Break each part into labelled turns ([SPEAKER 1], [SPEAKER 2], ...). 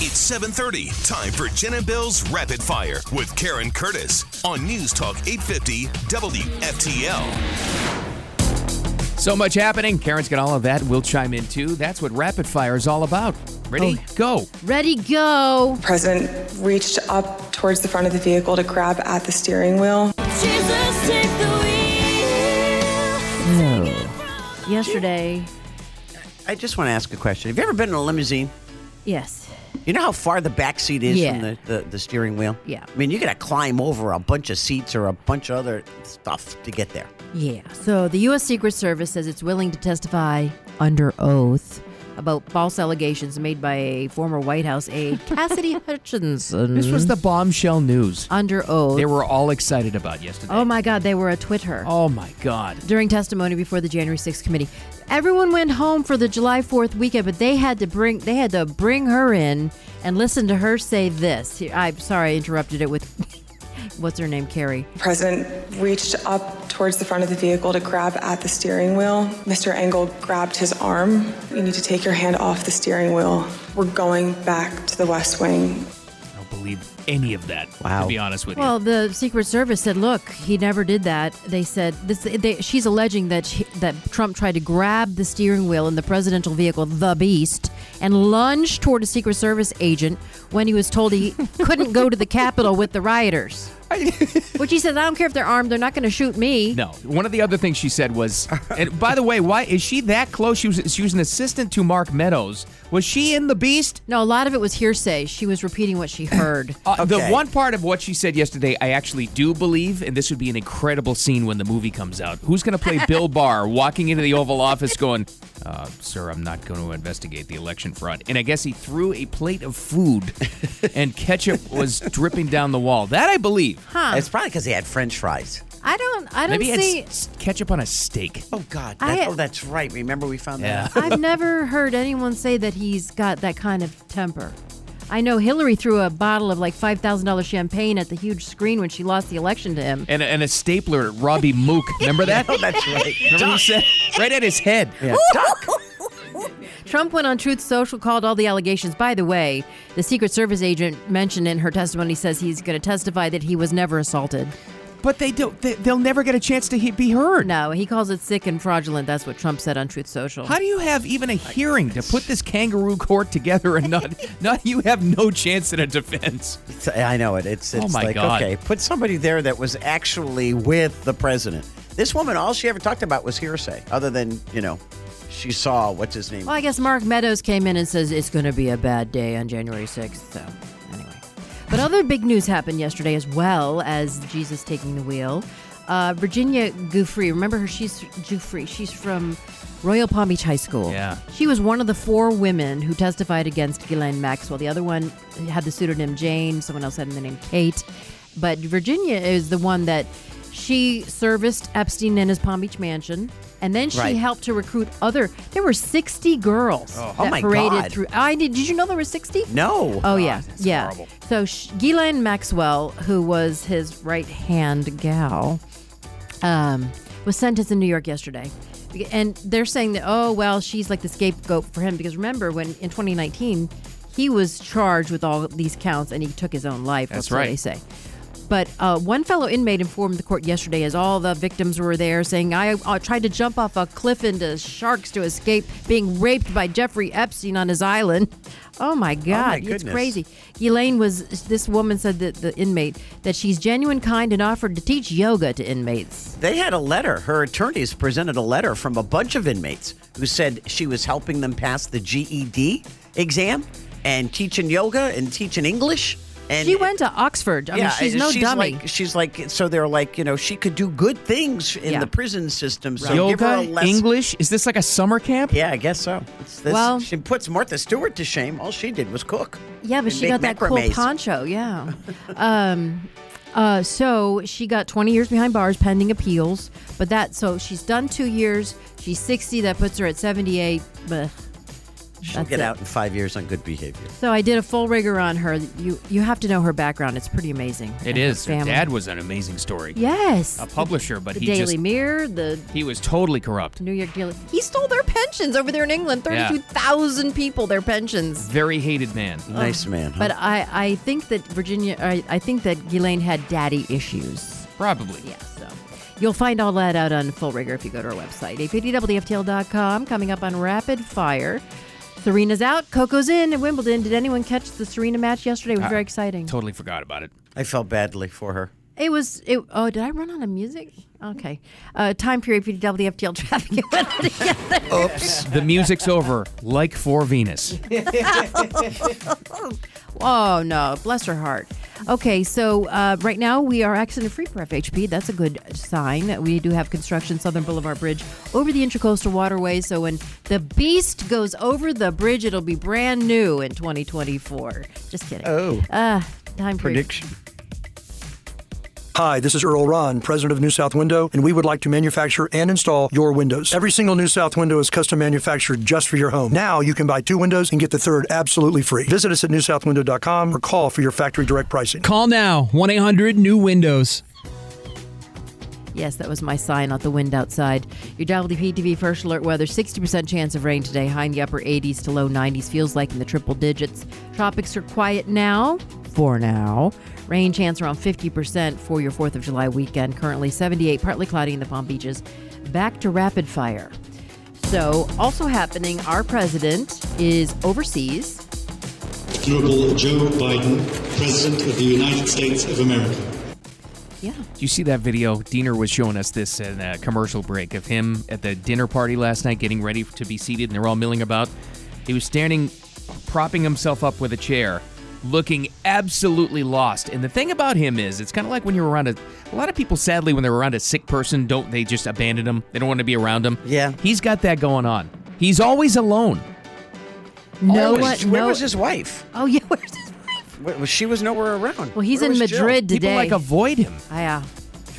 [SPEAKER 1] It's 7:30. Time for Jen and Bill's Rapid Fire with Karen Curtis on News Talk 850 WFTL.
[SPEAKER 2] So much happening. Karen's got all of that. We'll chime in too. That's what rapid fire is all about.
[SPEAKER 3] Oh,
[SPEAKER 2] Ready? Go.
[SPEAKER 3] Ready, go.
[SPEAKER 4] President reached up towards the front of the vehicle to grab at the steering wheel.
[SPEAKER 3] Yesterday,
[SPEAKER 5] I just want to ask a question. Have you ever been in a limousine?
[SPEAKER 3] yes.
[SPEAKER 5] You know how far the back seat is
[SPEAKER 3] Yeah.
[SPEAKER 5] from the, the, the steering wheel?
[SPEAKER 3] Yeah.
[SPEAKER 5] I mean, you got to climb over a bunch of seats or a bunch of other stuff to get there.
[SPEAKER 3] Yeah. So the U.S. Secret Service says it's willing to testify under oath about false allegations made by a former White House aide, Cassidy Hutchinson.
[SPEAKER 2] This was the bombshell news
[SPEAKER 3] under oath.
[SPEAKER 2] they were all excited about yesterday.
[SPEAKER 3] oh my God, they were a Twitter.
[SPEAKER 2] Oh my God.
[SPEAKER 3] During testimony before the January 6th committee, everyone went home for the July 4th weekend, but they had to bring they had to bring her in and listen to her say this. Here, I'm sorry, I interrupted it with what's her name, Carrie.
[SPEAKER 4] President reached up towards the front of the vehicle to grab at the steering wheel. Mr. Engel grabbed his arm. You need to take your hand off the steering wheel. We're going back to the West Wing.
[SPEAKER 2] I don't believe any of that,
[SPEAKER 5] Wow.
[SPEAKER 2] to be honest with
[SPEAKER 3] Well, the Secret Service said, "Look, he never did that." They said this. They, she's alleging that she, that Trump tried to grab the steering wheel in the presidential vehicle, the Beast, and lunge toward a Secret Service agent when he was told he couldn't go to the Capitol with the rioters. Which he says, "I don't care if they're armed; they're not going to shoot me."
[SPEAKER 2] you. No. One of the other things she said was, and by the way, why is she that close? She was she was an assistant to Mark Meadows. Was she in the Beast?
[SPEAKER 3] No, a lot of it was hearsay. She was repeating what she heard.
[SPEAKER 2] Uh, The
[SPEAKER 5] Okay.
[SPEAKER 2] one part of what she said yesterday, I actually do believe, and this would be an incredible scene when the movie comes out. Who's going to play Bill Barr walking into the Oval Office going, uh, Sir, I'm not going to investigate the election fraud? And I guess he threw a plate of food and ketchup was dripping down the wall. That I believe.
[SPEAKER 5] It's probably because they had french fries.
[SPEAKER 3] I don't. I don't
[SPEAKER 2] Maybe he had
[SPEAKER 3] see.
[SPEAKER 2] s- s- ketchup on a steak.
[SPEAKER 5] Oh, God.
[SPEAKER 3] I-
[SPEAKER 5] That, oh, that's right. Remember we found that out?
[SPEAKER 3] I've never heard anyone say that he's got that kind of temper. I know Hillary threw a bottle of like $5,000 champagne at the huge screen when she lost the election to him.
[SPEAKER 2] And a, and a stapler at Robbie Mook. Remember that?
[SPEAKER 5] Oh, that's right.
[SPEAKER 2] Remember what he said? Right at his head.
[SPEAKER 3] Trump went on Truth Social, called all the allegations. By the way, the Secret Service agent mentioned in her testimony says he's going to testify that he was never assaulted.
[SPEAKER 2] But they don't, they, they'll never get a chance to he- be heard.
[SPEAKER 3] No, he calls it sick and fraudulent. That's what Trump said on Truth Social.
[SPEAKER 2] How do you have even a hearing to put this kangaroo court together and not not you have no chance in a defense?
[SPEAKER 5] It's- I know it. It's,
[SPEAKER 2] Oh,
[SPEAKER 5] it's
[SPEAKER 2] my
[SPEAKER 5] like,
[SPEAKER 2] God.
[SPEAKER 5] okay, put somebody there that was actually with the president. This woman, all she ever talked about was hearsay, other than, you know, she saw what's his name.
[SPEAKER 3] Well, I guess Mark Meadows came in and says it's going to be a bad day on January 6th. So, anyway. But other big news happened yesterday as well as Jesus taking the wheel. Uh, Virginia Giuffre, remember her? She's Giuffre. She's from Royal Palm Beach High School.
[SPEAKER 2] Yeah.
[SPEAKER 3] She was one of the four women who testified against Ghislaine Maxwell. The other one had the pseudonym Jane, someone else had the name Kate. But Virginia is the one that she serviced Epstein in his Palm Beach mansion. And then she
[SPEAKER 5] Right.
[SPEAKER 3] helped to recruit other. There were 60 girls
[SPEAKER 5] Oh
[SPEAKER 3] that
[SPEAKER 5] my
[SPEAKER 3] paraded
[SPEAKER 5] God.
[SPEAKER 3] through. I did. Did you know there were 60?
[SPEAKER 5] no.
[SPEAKER 3] Oh yeah,
[SPEAKER 2] that's
[SPEAKER 3] yeah.
[SPEAKER 2] horrible.
[SPEAKER 3] So Sh- Ghislaine Maxwell, who was his right hand gal, um, was sentenced in New York yesterday, and they're saying that oh well, she's like the scapegoat for him because remember when in 2019 he was charged with all these counts and he took his own life.
[SPEAKER 2] That's
[SPEAKER 3] what
[SPEAKER 2] right.
[SPEAKER 3] They say. But uh, one fellow inmate informed the court yesterday as all the victims were there saying, I uh, tried to jump off a cliff into sharks to escape being raped by Jeffrey Epstein on his island. Oh my God, it's
[SPEAKER 5] goodness.
[SPEAKER 3] crazy. Elaine was, this woman said that the inmate, that she's genuine, kind, and offered to teach yoga to inmates.
[SPEAKER 5] They had a letter. Her attorneys presented a letter from a bunch of inmates who said she was helping them pass the GED exam and teaching yoga and teaching English. And
[SPEAKER 3] She went to Oxford. I mean, she's
[SPEAKER 5] and
[SPEAKER 3] no dummy.
[SPEAKER 5] Like, she's like, so they're like, you know, she could do good things in
[SPEAKER 3] Yeah.
[SPEAKER 5] the prison system. So give her a
[SPEAKER 2] Yoga,
[SPEAKER 5] lesson.
[SPEAKER 2] English, is this like a summer camp?
[SPEAKER 5] Yeah, I guess so. It's this,
[SPEAKER 3] Well-
[SPEAKER 5] she puts Martha Stewart to shame. All she did was cook.
[SPEAKER 3] Yeah, but
[SPEAKER 5] and
[SPEAKER 3] she
[SPEAKER 5] make
[SPEAKER 3] got that cool
[SPEAKER 5] macrames.
[SPEAKER 3] poncho. Yeah. um, uh, so she got 20 years behind bars pending appeals. But that, so she's done two years. She's 60. That puts her at 78. Blech.
[SPEAKER 5] She'll
[SPEAKER 3] That's
[SPEAKER 5] get
[SPEAKER 3] it.
[SPEAKER 5] out in five years on good behavior.
[SPEAKER 3] So I did a full rigor on her. You you have to know her background. It's pretty amazing.
[SPEAKER 2] It
[SPEAKER 3] And her
[SPEAKER 2] is. Her
[SPEAKER 3] family.
[SPEAKER 2] dad was an amazing story.
[SPEAKER 3] Yes.
[SPEAKER 2] A publisher, but
[SPEAKER 3] the
[SPEAKER 2] he
[SPEAKER 3] Daily
[SPEAKER 2] just
[SPEAKER 3] Mirror, the
[SPEAKER 2] he was totally corrupt.
[SPEAKER 3] New York Daily. He stole their pensions over there in England.
[SPEAKER 2] Yeah.
[SPEAKER 3] Thirty-two thousand people, their pensions.
[SPEAKER 2] Very hated man.
[SPEAKER 5] Nice man. Huh?
[SPEAKER 3] But I, I think that Virginia, I, I think that Ghislaine had daddy issues.
[SPEAKER 2] Probably.
[SPEAKER 3] Yeah, so you'll find all that out on Full Rigor if you go to our website, apdwftl.com. Coming up on Rapid Fire, Serena's out, Coco's in at Wimbledon. Did anyone catch the Serena match yesterday? It was very exciting.
[SPEAKER 2] Totally forgot about it.
[SPEAKER 5] I felt badly for her.
[SPEAKER 3] It was. It, oh, did I run out of music? Okay. Uh, time period PDWFTL traffic. and weather together.
[SPEAKER 2] The music's over, like for Venus.
[SPEAKER 3] oh no, bless her heart. Okay, so uh, right now we are accident free for FHP. That's a good sign. We do have construction Southern Boulevard Bridge over the Intracoastal Waterway. So when the beast goes over the bridge, it'll be brand new in 2024. Just kidding.
[SPEAKER 5] Oh.
[SPEAKER 3] Uh, time period.
[SPEAKER 5] Prediction.
[SPEAKER 6] Hi, this is Earl Ron, president of New South Window, and we would like to manufacture and install your windows. Every single New South window is custom manufactured just for your home. Now you can buy two windows and get the third absolutely free. Visit us at newsouthwindow.com or call for your factory direct pricing.
[SPEAKER 7] Call now 1 800 New Windows.
[SPEAKER 3] Yes, that was my sign out the wind outside. Your WPTV first alert weather 60% chance of rain today, high in the upper 80s to low 90s, feels like in the triple digits. Tropics are quiet now, for now. Rain chance around 50% for your 4th of July weekend. Currently 78, partly cloudy in the Palm Beaches. Back to rapid fire. So, also happening, our president is overseas.
[SPEAKER 8] Honorable Joe Biden, President of the United States of America.
[SPEAKER 3] Yeah.
[SPEAKER 2] Do you see that video? Diener was showing us this in a commercial break of him at the dinner party last night getting ready to be seated and they're all milling about. He was standing, propping himself up with a chair, looking absolutely lost. And the thing about him is, it's kind of like when you're around a, a lot of people, sadly, when they're around a sick person, don't they just abandon them? They don't want to be around them.
[SPEAKER 5] Yeah.
[SPEAKER 2] He's got that going on. He's always alone.
[SPEAKER 3] No
[SPEAKER 5] Where was-
[SPEAKER 3] one.
[SPEAKER 5] Where
[SPEAKER 3] No,
[SPEAKER 5] was his wife?
[SPEAKER 3] oh, yeah. Where's his wife?
[SPEAKER 5] Where- She was nowhere around.
[SPEAKER 3] Well, he's
[SPEAKER 5] Where
[SPEAKER 3] in
[SPEAKER 5] was Jill?
[SPEAKER 3] Madrid
[SPEAKER 2] People
[SPEAKER 3] today. Ah,
[SPEAKER 2] like avoid him.
[SPEAKER 3] yeah. Ah.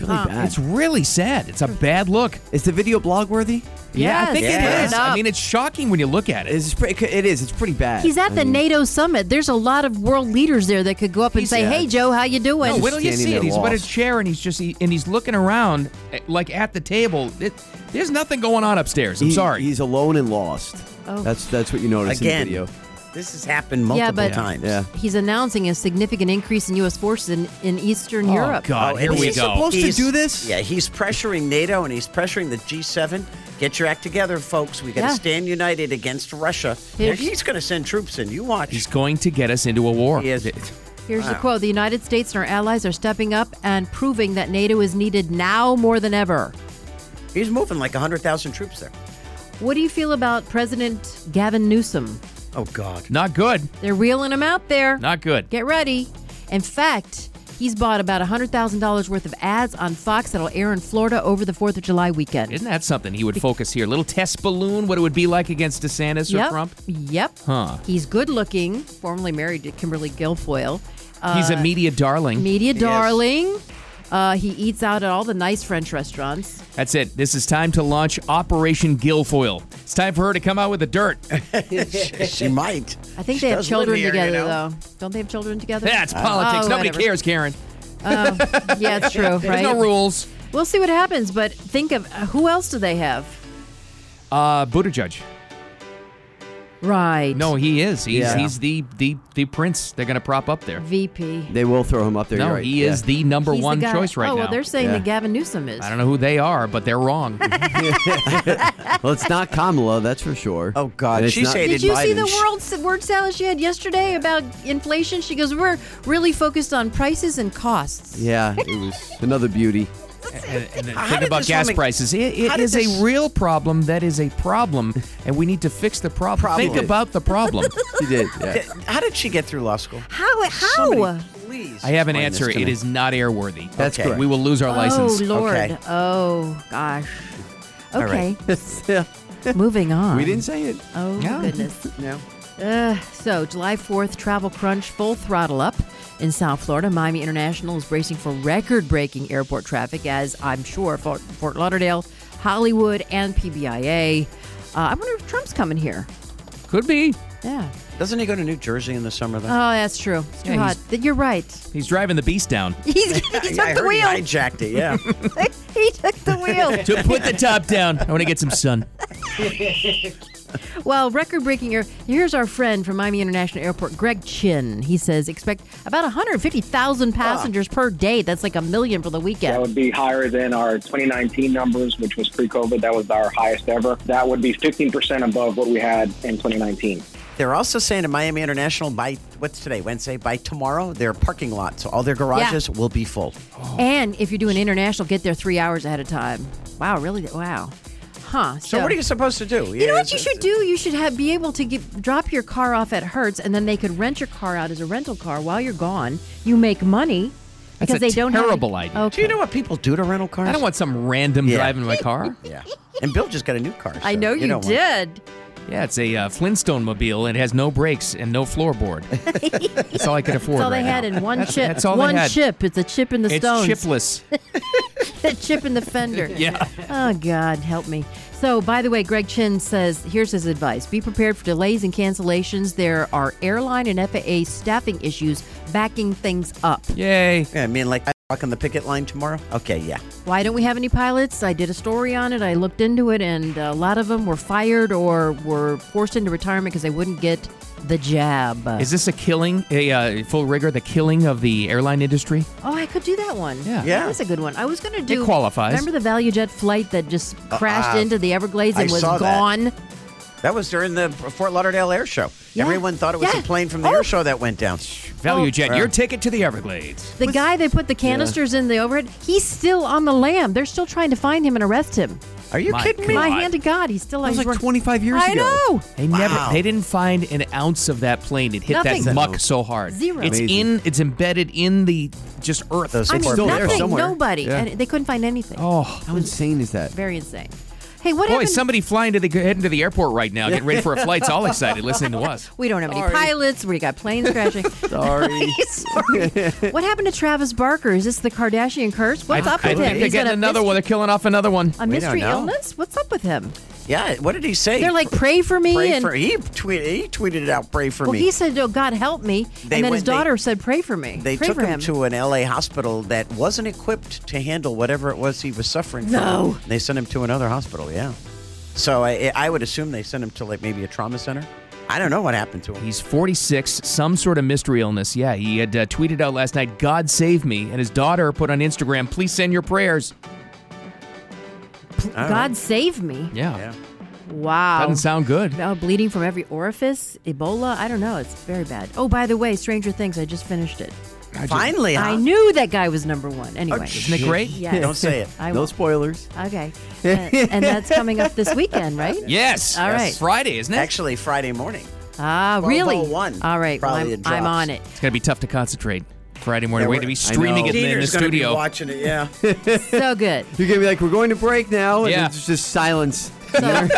[SPEAKER 9] Really bad.
[SPEAKER 2] It's really sad. It's a bad look.
[SPEAKER 9] is the video blog worthy?
[SPEAKER 2] Yeah, I
[SPEAKER 3] Yes,
[SPEAKER 2] think
[SPEAKER 5] yeah.
[SPEAKER 2] it is. I mean, it's shocking when you look at it.
[SPEAKER 9] It's pretty, it is. It's pretty bad.
[SPEAKER 3] He's at
[SPEAKER 9] I
[SPEAKER 3] the
[SPEAKER 9] mean,
[SPEAKER 3] NATO summit. There's a lot of world leaders there that could go up and
[SPEAKER 9] He's-
[SPEAKER 3] say,
[SPEAKER 9] yeah.
[SPEAKER 3] "Hey, Joe, how you doing?"
[SPEAKER 2] No,
[SPEAKER 9] Just
[SPEAKER 2] wait till you
[SPEAKER 9] standing
[SPEAKER 2] see it.
[SPEAKER 9] there
[SPEAKER 2] He's about a
[SPEAKER 9] lost.
[SPEAKER 2] chair and he's just he, and he's looking around eh, like at the table. It, there's nothing going on upstairs. I'm
[SPEAKER 9] he-
[SPEAKER 2] sorry.
[SPEAKER 9] He's alone and lost.
[SPEAKER 3] Oh.
[SPEAKER 9] That's that's what you notice
[SPEAKER 5] Again.
[SPEAKER 9] in the video.
[SPEAKER 5] This has happened multiple
[SPEAKER 3] Yeah, but-
[SPEAKER 5] times.
[SPEAKER 9] Yeah.
[SPEAKER 3] He's announcing a significant increase in U.S. forces in, in
[SPEAKER 9] Oh,
[SPEAKER 3] Eastern Europe.
[SPEAKER 2] God, Uh, here
[SPEAKER 5] Oh, and
[SPEAKER 2] we
[SPEAKER 5] he's
[SPEAKER 2] go.
[SPEAKER 9] supposed to
[SPEAKER 5] he's-
[SPEAKER 9] do this?
[SPEAKER 5] Yeah, he's pressuring NATO and he's pressuring the G7. Get your act together, folks. We got to
[SPEAKER 3] Yeah.
[SPEAKER 5] stand united against Russia.
[SPEAKER 3] Here's-
[SPEAKER 5] he's going to send troops in. You watch.
[SPEAKER 2] He's going to get us into a war.
[SPEAKER 5] He is.
[SPEAKER 3] Here's the quote: "The United States and our allies are stepping up and proving that NATO is needed now more than ever."
[SPEAKER 5] He's moving like 100,000 troops there.
[SPEAKER 3] What do you feel about President Gavin Newsom?
[SPEAKER 5] Oh, God.
[SPEAKER 2] Not good.
[SPEAKER 3] They're reeling him out there.
[SPEAKER 2] Not good.
[SPEAKER 3] Get ready. In fact, he's bought about $100,000 worth of ads on Fox that'll air in Florida over the 4th of July weekend.
[SPEAKER 2] Isn't that something he would focus here? Little test balloon, what it would be like against DeSantis or
[SPEAKER 3] yep.
[SPEAKER 2] Trump?
[SPEAKER 3] Yep.
[SPEAKER 2] Huh.
[SPEAKER 3] He's good looking, formerly married to Kimberly Guilfoyle. Uh,
[SPEAKER 2] he's a media darling.
[SPEAKER 3] media darling. Uh, he eats out at all the nice French restaurants.
[SPEAKER 2] That's it. This is time to launch Operation Guilfoyle. It's time for her to come out with the dirt.
[SPEAKER 5] she might.
[SPEAKER 3] I think
[SPEAKER 5] She
[SPEAKER 3] they have
[SPEAKER 5] does live
[SPEAKER 3] children
[SPEAKER 5] here, you
[SPEAKER 3] together,
[SPEAKER 5] know?
[SPEAKER 3] though. Don't they have children together?
[SPEAKER 2] That's politics.
[SPEAKER 3] Oh,
[SPEAKER 2] Nobody
[SPEAKER 3] whatever.
[SPEAKER 2] cares, Karen.
[SPEAKER 3] Yeah, it's true, right?
[SPEAKER 2] There's no rules.
[SPEAKER 3] We'll see what happens, but think of uh, who else do they have?
[SPEAKER 2] Uh, Buttigieg.
[SPEAKER 3] Right.
[SPEAKER 2] No, he is. He's,
[SPEAKER 9] Yeah.
[SPEAKER 2] he's the, the, the prince they're going to prop up there.
[SPEAKER 3] VP.
[SPEAKER 9] They will throw him up there.
[SPEAKER 2] No,
[SPEAKER 9] you're right.
[SPEAKER 2] he is
[SPEAKER 9] Yeah.
[SPEAKER 2] the number
[SPEAKER 3] He's the
[SPEAKER 2] one
[SPEAKER 3] guy-
[SPEAKER 2] choice right
[SPEAKER 3] oh,
[SPEAKER 2] now.
[SPEAKER 3] well, they're saying
[SPEAKER 9] Yeah.
[SPEAKER 3] that Gavin Newsom is.
[SPEAKER 2] I don't know who they are, but they're wrong.
[SPEAKER 9] Well, it's not Kamala, that's for sure.
[SPEAKER 5] Oh, God.
[SPEAKER 9] And it's
[SPEAKER 5] She
[SPEAKER 9] not-
[SPEAKER 5] said-
[SPEAKER 3] Did you see the
[SPEAKER 5] Biden.
[SPEAKER 3] world word salad she had yesterday about inflation? She goes, "We're really focused on prices and costs."
[SPEAKER 9] Yeah, it was another beauty.
[SPEAKER 2] and, and the
[SPEAKER 5] How
[SPEAKER 2] thing
[SPEAKER 5] did
[SPEAKER 2] about
[SPEAKER 5] this
[SPEAKER 2] gas
[SPEAKER 5] woman-
[SPEAKER 2] prices, it,
[SPEAKER 5] how
[SPEAKER 2] it
[SPEAKER 5] did
[SPEAKER 2] is
[SPEAKER 5] this-
[SPEAKER 2] a real problem. That is a problem, and we need to fix the problem.
[SPEAKER 5] Problem.
[SPEAKER 2] Think about the problem.
[SPEAKER 9] She did. Yeah.
[SPEAKER 5] How did she get through law school?
[SPEAKER 3] How? How?
[SPEAKER 5] Somebody, please.
[SPEAKER 2] I have an
[SPEAKER 5] explain
[SPEAKER 2] answer.
[SPEAKER 5] this to
[SPEAKER 2] It
[SPEAKER 5] me.
[SPEAKER 2] is not airworthy.
[SPEAKER 9] That's
[SPEAKER 5] Okay. correct.
[SPEAKER 2] We will lose our license.
[SPEAKER 3] Oh Lord!
[SPEAKER 5] Okay.
[SPEAKER 3] Oh gosh!
[SPEAKER 5] All
[SPEAKER 3] Okay,
[SPEAKER 5] right.
[SPEAKER 9] Yeah.
[SPEAKER 3] moving on.
[SPEAKER 9] We didn't say it.
[SPEAKER 3] Oh
[SPEAKER 2] No.
[SPEAKER 3] goodness!
[SPEAKER 5] No.
[SPEAKER 3] Uh, so July Fourth, travel crunch, full throttle up in South Florida. Miami International is bracing for record-breaking airport traffic, as I'm sure Fort, Fort Lauderdale, Hollywood, and PBIA. Uh, I wonder if Trump's coming here.
[SPEAKER 2] Could be.
[SPEAKER 3] Yeah.
[SPEAKER 5] Doesn't he go to New Jersey in the summer though?
[SPEAKER 3] Oh, that's true. It's too
[SPEAKER 2] Yeah,
[SPEAKER 3] hot. You're right.
[SPEAKER 2] He's driving the beast down
[SPEAKER 3] He's, he took
[SPEAKER 5] Yeah, I
[SPEAKER 3] the
[SPEAKER 5] heard
[SPEAKER 3] wheel.
[SPEAKER 5] he hijacked it. Yeah.
[SPEAKER 3] he took the wheel.
[SPEAKER 2] to put the top down. I want to get some sun.
[SPEAKER 3] Well, record breaking air. Here's our friend from Miami International Airport, Greg Chin. He says expect about 150,000 passengers per day. That's like a million for the
[SPEAKER 10] That
[SPEAKER 3] weekend.
[SPEAKER 10] would be higher than our 2019 numbers, which was pre COVID. That was our highest ever. That would be 15% above what we had in 2019.
[SPEAKER 5] They're also saying at Miami International by what's today Wednesday by tomorrow their parking lots, all their garages will be full.
[SPEAKER 3] And if you're doing international, get there three hours ahead of time. Wow, really? Wow. Huh.
[SPEAKER 5] So what are you supposed to do?
[SPEAKER 3] You know what you should do? You should have be able to get, drop your car off at Hertz, and then they could rent your car out as a rental car while you're gone. You make money
[SPEAKER 2] That's
[SPEAKER 3] because
[SPEAKER 2] a
[SPEAKER 3] they don't
[SPEAKER 2] terrible
[SPEAKER 3] have.
[SPEAKER 2] idea.
[SPEAKER 5] Do you know what people do to rental cars?
[SPEAKER 2] I don't want some random
[SPEAKER 5] Yeah.
[SPEAKER 2] driving my car.
[SPEAKER 5] Yeah. And Bill just got a new car.
[SPEAKER 3] I
[SPEAKER 5] so
[SPEAKER 3] know you,
[SPEAKER 5] don't want-
[SPEAKER 3] did.
[SPEAKER 2] Yeah, it's a uh, Flintstone mobile and it has no brakes and no floorboard. that's all I could afford.
[SPEAKER 3] That's all they
[SPEAKER 2] right
[SPEAKER 3] had
[SPEAKER 2] now.
[SPEAKER 3] in one
[SPEAKER 2] That's-
[SPEAKER 3] chip.
[SPEAKER 2] That's all
[SPEAKER 3] one
[SPEAKER 2] they had.
[SPEAKER 3] chip. It's a chip in the
[SPEAKER 2] It's
[SPEAKER 3] stones.
[SPEAKER 2] chipless.
[SPEAKER 3] the chip in the fender.
[SPEAKER 2] Yeah.
[SPEAKER 3] Oh God, help me. So, by the way, Greg Chin says here's his advice: be prepared for delays and cancellations. There are airline and FAA staffing issues backing things up.
[SPEAKER 2] Yay.
[SPEAKER 5] Yeah, I mean, like I walk on the picket line tomorrow. Okay, yeah.
[SPEAKER 3] Why don't we have any pilots? I did a story on it. I looked into it, and a lot of them were fired or were forced into retirement because they wouldn't get the jab.
[SPEAKER 2] Is this a killing, a uh, full rigor, the killing of the airline industry?
[SPEAKER 3] oh, I could do that one.
[SPEAKER 2] Yeah.
[SPEAKER 5] Yeah.
[SPEAKER 3] That's a good one. I was going to do.
[SPEAKER 2] qualifies.
[SPEAKER 3] Remember the Value Jet flight that just crashed into the Everglades and
[SPEAKER 5] Uh-uh. I
[SPEAKER 3] was
[SPEAKER 5] saw that.
[SPEAKER 3] gone?
[SPEAKER 5] That was during the Fort Lauderdale air show.
[SPEAKER 3] Yeah.
[SPEAKER 5] Everyone thought it was
[SPEAKER 3] Yeah.
[SPEAKER 5] a plane from the
[SPEAKER 3] Oh.
[SPEAKER 5] air show that went down.
[SPEAKER 2] Value
[SPEAKER 3] Oh.
[SPEAKER 2] Jet, your ticket to the Everglades.
[SPEAKER 3] The guy they put the canisters in the overhead, he's still on the lam. They're still trying to find him and arrest him.
[SPEAKER 5] Are you
[SPEAKER 2] My
[SPEAKER 5] kidding me?
[SPEAKER 2] God.
[SPEAKER 3] My hand to God, he's still on
[SPEAKER 9] was
[SPEAKER 3] his
[SPEAKER 9] like
[SPEAKER 3] run-
[SPEAKER 9] 25 years
[SPEAKER 3] I
[SPEAKER 9] ago.
[SPEAKER 3] know.
[SPEAKER 2] They never.
[SPEAKER 5] Wow.
[SPEAKER 2] They didn't find an ounce of that plane. It hit that
[SPEAKER 3] Nothing.
[SPEAKER 2] muck so hard.
[SPEAKER 3] Zero.
[SPEAKER 2] It's
[SPEAKER 9] Amazing.
[SPEAKER 2] in. It's embedded in the just earth.
[SPEAKER 5] Those
[SPEAKER 3] I
[SPEAKER 5] It's
[SPEAKER 3] mean,
[SPEAKER 5] still there
[SPEAKER 3] nothing,
[SPEAKER 9] somewhere.
[SPEAKER 3] nobody.
[SPEAKER 9] Yeah.
[SPEAKER 3] And they couldn't find anything.
[SPEAKER 2] oh
[SPEAKER 9] How insane is that?
[SPEAKER 3] Very insane. Hey, what
[SPEAKER 2] boy,
[SPEAKER 3] happened?
[SPEAKER 2] somebody flying to the heading to the airport right now, getting ready for a flight's all excited listening to us.
[SPEAKER 3] we don't have any pilots. We got planes crashing.
[SPEAKER 9] Sorry.
[SPEAKER 3] Sorry. what happened to Travis Barker? Is this the Kardashian curse? What's
[SPEAKER 2] I,
[SPEAKER 3] up
[SPEAKER 2] I
[SPEAKER 3] with him?
[SPEAKER 2] think they're
[SPEAKER 3] He's got
[SPEAKER 2] getting
[SPEAKER 3] a
[SPEAKER 2] another one. They're killing off another one.
[SPEAKER 3] A mystery
[SPEAKER 5] know.
[SPEAKER 3] illness? What's up with him?
[SPEAKER 5] Yeah. What did he say?
[SPEAKER 3] They're like, pray for me.
[SPEAKER 5] Pray
[SPEAKER 3] and
[SPEAKER 5] for he tweeted he tweeted it out. Pray for
[SPEAKER 3] Well,
[SPEAKER 5] me.
[SPEAKER 3] he said, oh, God, help me.
[SPEAKER 5] They
[SPEAKER 3] and then
[SPEAKER 5] went-
[SPEAKER 3] his
[SPEAKER 5] they-
[SPEAKER 3] daughter said, pray for me.
[SPEAKER 5] they
[SPEAKER 3] pray
[SPEAKER 5] took
[SPEAKER 3] for
[SPEAKER 5] him.
[SPEAKER 3] him.
[SPEAKER 5] to an LA hospital that wasn't equipped to handle whatever it was he was suffering
[SPEAKER 3] No.
[SPEAKER 5] from. They sent him to another hospital. Yeah. So I, I would assume they sent him to like maybe a trauma center. I don't know what happened to him.
[SPEAKER 2] He's 46, some sort of mystery illness. Yeah, he had uh, tweeted out last night, "God save me," and his daughter put on Instagram, "Please send your prayers."
[SPEAKER 5] I don't
[SPEAKER 3] God save me.
[SPEAKER 2] Yeah,
[SPEAKER 5] know. Yeah.
[SPEAKER 3] Wow.
[SPEAKER 2] doesn't sound good.
[SPEAKER 3] Oh, bleeding from every orifice, Ebola. I don't know. It's very bad. Oh, by the way, Stranger Things. I just finished it.
[SPEAKER 5] Finally, huh?
[SPEAKER 3] I knew that guy was number one. Anyway,
[SPEAKER 2] Isn't it great?
[SPEAKER 3] yes.
[SPEAKER 5] Don't say it.
[SPEAKER 3] I
[SPEAKER 9] no
[SPEAKER 3] won't.
[SPEAKER 9] spoilers.
[SPEAKER 3] Okay, and, and that's coming up this weekend, right?
[SPEAKER 2] Yes.
[SPEAKER 3] All right.
[SPEAKER 2] It's Friday, isn't it?
[SPEAKER 5] Actually, Friday morning.
[SPEAKER 3] Ah, really?
[SPEAKER 5] 12:01.
[SPEAKER 3] All right. Well,
[SPEAKER 5] Probably
[SPEAKER 3] I'm,
[SPEAKER 5] it
[SPEAKER 3] I'm
[SPEAKER 5] drops.
[SPEAKER 3] on it.
[SPEAKER 2] It's gonna be tough to concentrate Friday morning.
[SPEAKER 5] Yeah,
[SPEAKER 2] We're
[SPEAKER 5] we're-
[SPEAKER 2] gonna be
[SPEAKER 9] I
[SPEAKER 2] streaming
[SPEAKER 9] know.
[SPEAKER 2] it in the
[SPEAKER 5] Dieter's gonna be
[SPEAKER 2] studio.
[SPEAKER 5] watching it. Yeah.
[SPEAKER 3] So good.
[SPEAKER 9] You're gonna be like, we're going to break
[SPEAKER 5] Oh,
[SPEAKER 9] now, and
[SPEAKER 2] Yeah.
[SPEAKER 9] then it's just silence. Oh,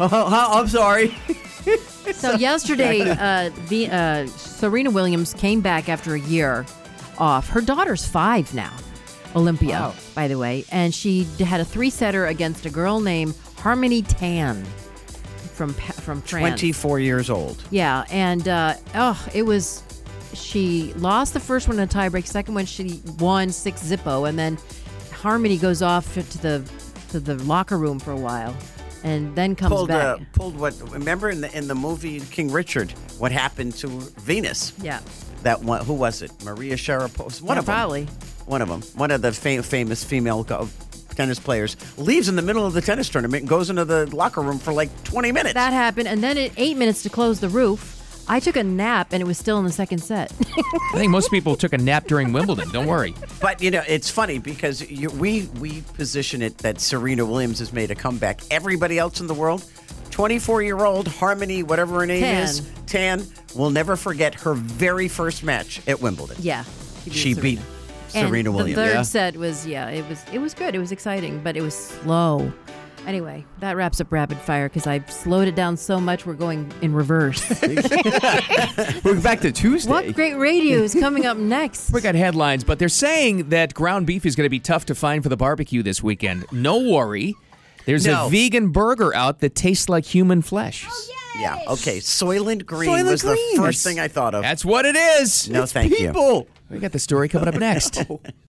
[SPEAKER 9] oh, I'm sorry.
[SPEAKER 3] So yesterday, uh, the uh, Serena Williams came back after a year off. Her daughter's five now, Olympia, by the way, and she d- had a three-setter against a girl named Harmony Tan from Pa- from France.
[SPEAKER 5] 24 years old.
[SPEAKER 3] Yeah, and uh, oh, it was. She lost the first one in a tiebreak. Second one, she won six zippo, and then Harmony goes off to the to the locker room for a while, and then comes
[SPEAKER 5] Pulled,
[SPEAKER 3] back.
[SPEAKER 5] uh, pulled what? Remember in the in the movie King Richard, what happened to Venus?
[SPEAKER 3] Yeah.
[SPEAKER 5] That one. Who was it? Maria Sharapova. One
[SPEAKER 3] Yeah,
[SPEAKER 5] of them.
[SPEAKER 3] probably.
[SPEAKER 5] One of them. One of the fa- famous female go- tennis players leaves in the middle of the tennis tournament and goes into the locker room for like 20 minutes.
[SPEAKER 3] That happened, and then at eight minutes to close the roof, I took a nap, and it was still in the second set.
[SPEAKER 2] I think most people took a nap during Wimbledon. Don't worry.
[SPEAKER 5] But you know, it's funny because you, we we position it that Serena Williams has made a comeback. Everybody else in the world, 24 year old Harmony, whatever her name
[SPEAKER 3] Tan.
[SPEAKER 5] is, Tan, will never forget her very first match at Wimbledon.
[SPEAKER 3] yeah,
[SPEAKER 5] she beat
[SPEAKER 3] Serena. And
[SPEAKER 5] Serena Williams.
[SPEAKER 3] The third
[SPEAKER 9] Yeah.
[SPEAKER 3] set was yeah, it was it was good. It was exciting, but it was slow. Anyway, that wraps up rapid fire because I slowed it down so much. We're going in reverse.
[SPEAKER 9] We're back to Tuesday.
[SPEAKER 3] What great radio is coming up next?
[SPEAKER 2] We got headlines, but they're saying that ground beef is going to be tough to find for the barbecue this weekend. No worry. There's
[SPEAKER 5] No.
[SPEAKER 2] a vegan burger out that tastes like human flesh. Oh,
[SPEAKER 5] Yeah. Okay. Soylent Green
[SPEAKER 2] Soylent
[SPEAKER 5] was
[SPEAKER 2] Green.
[SPEAKER 5] the first
[SPEAKER 2] That's-
[SPEAKER 5] thing I thought of.
[SPEAKER 2] That's what it is.
[SPEAKER 5] No,
[SPEAKER 2] It's
[SPEAKER 5] thank you.
[SPEAKER 2] people. We got the story coming up next.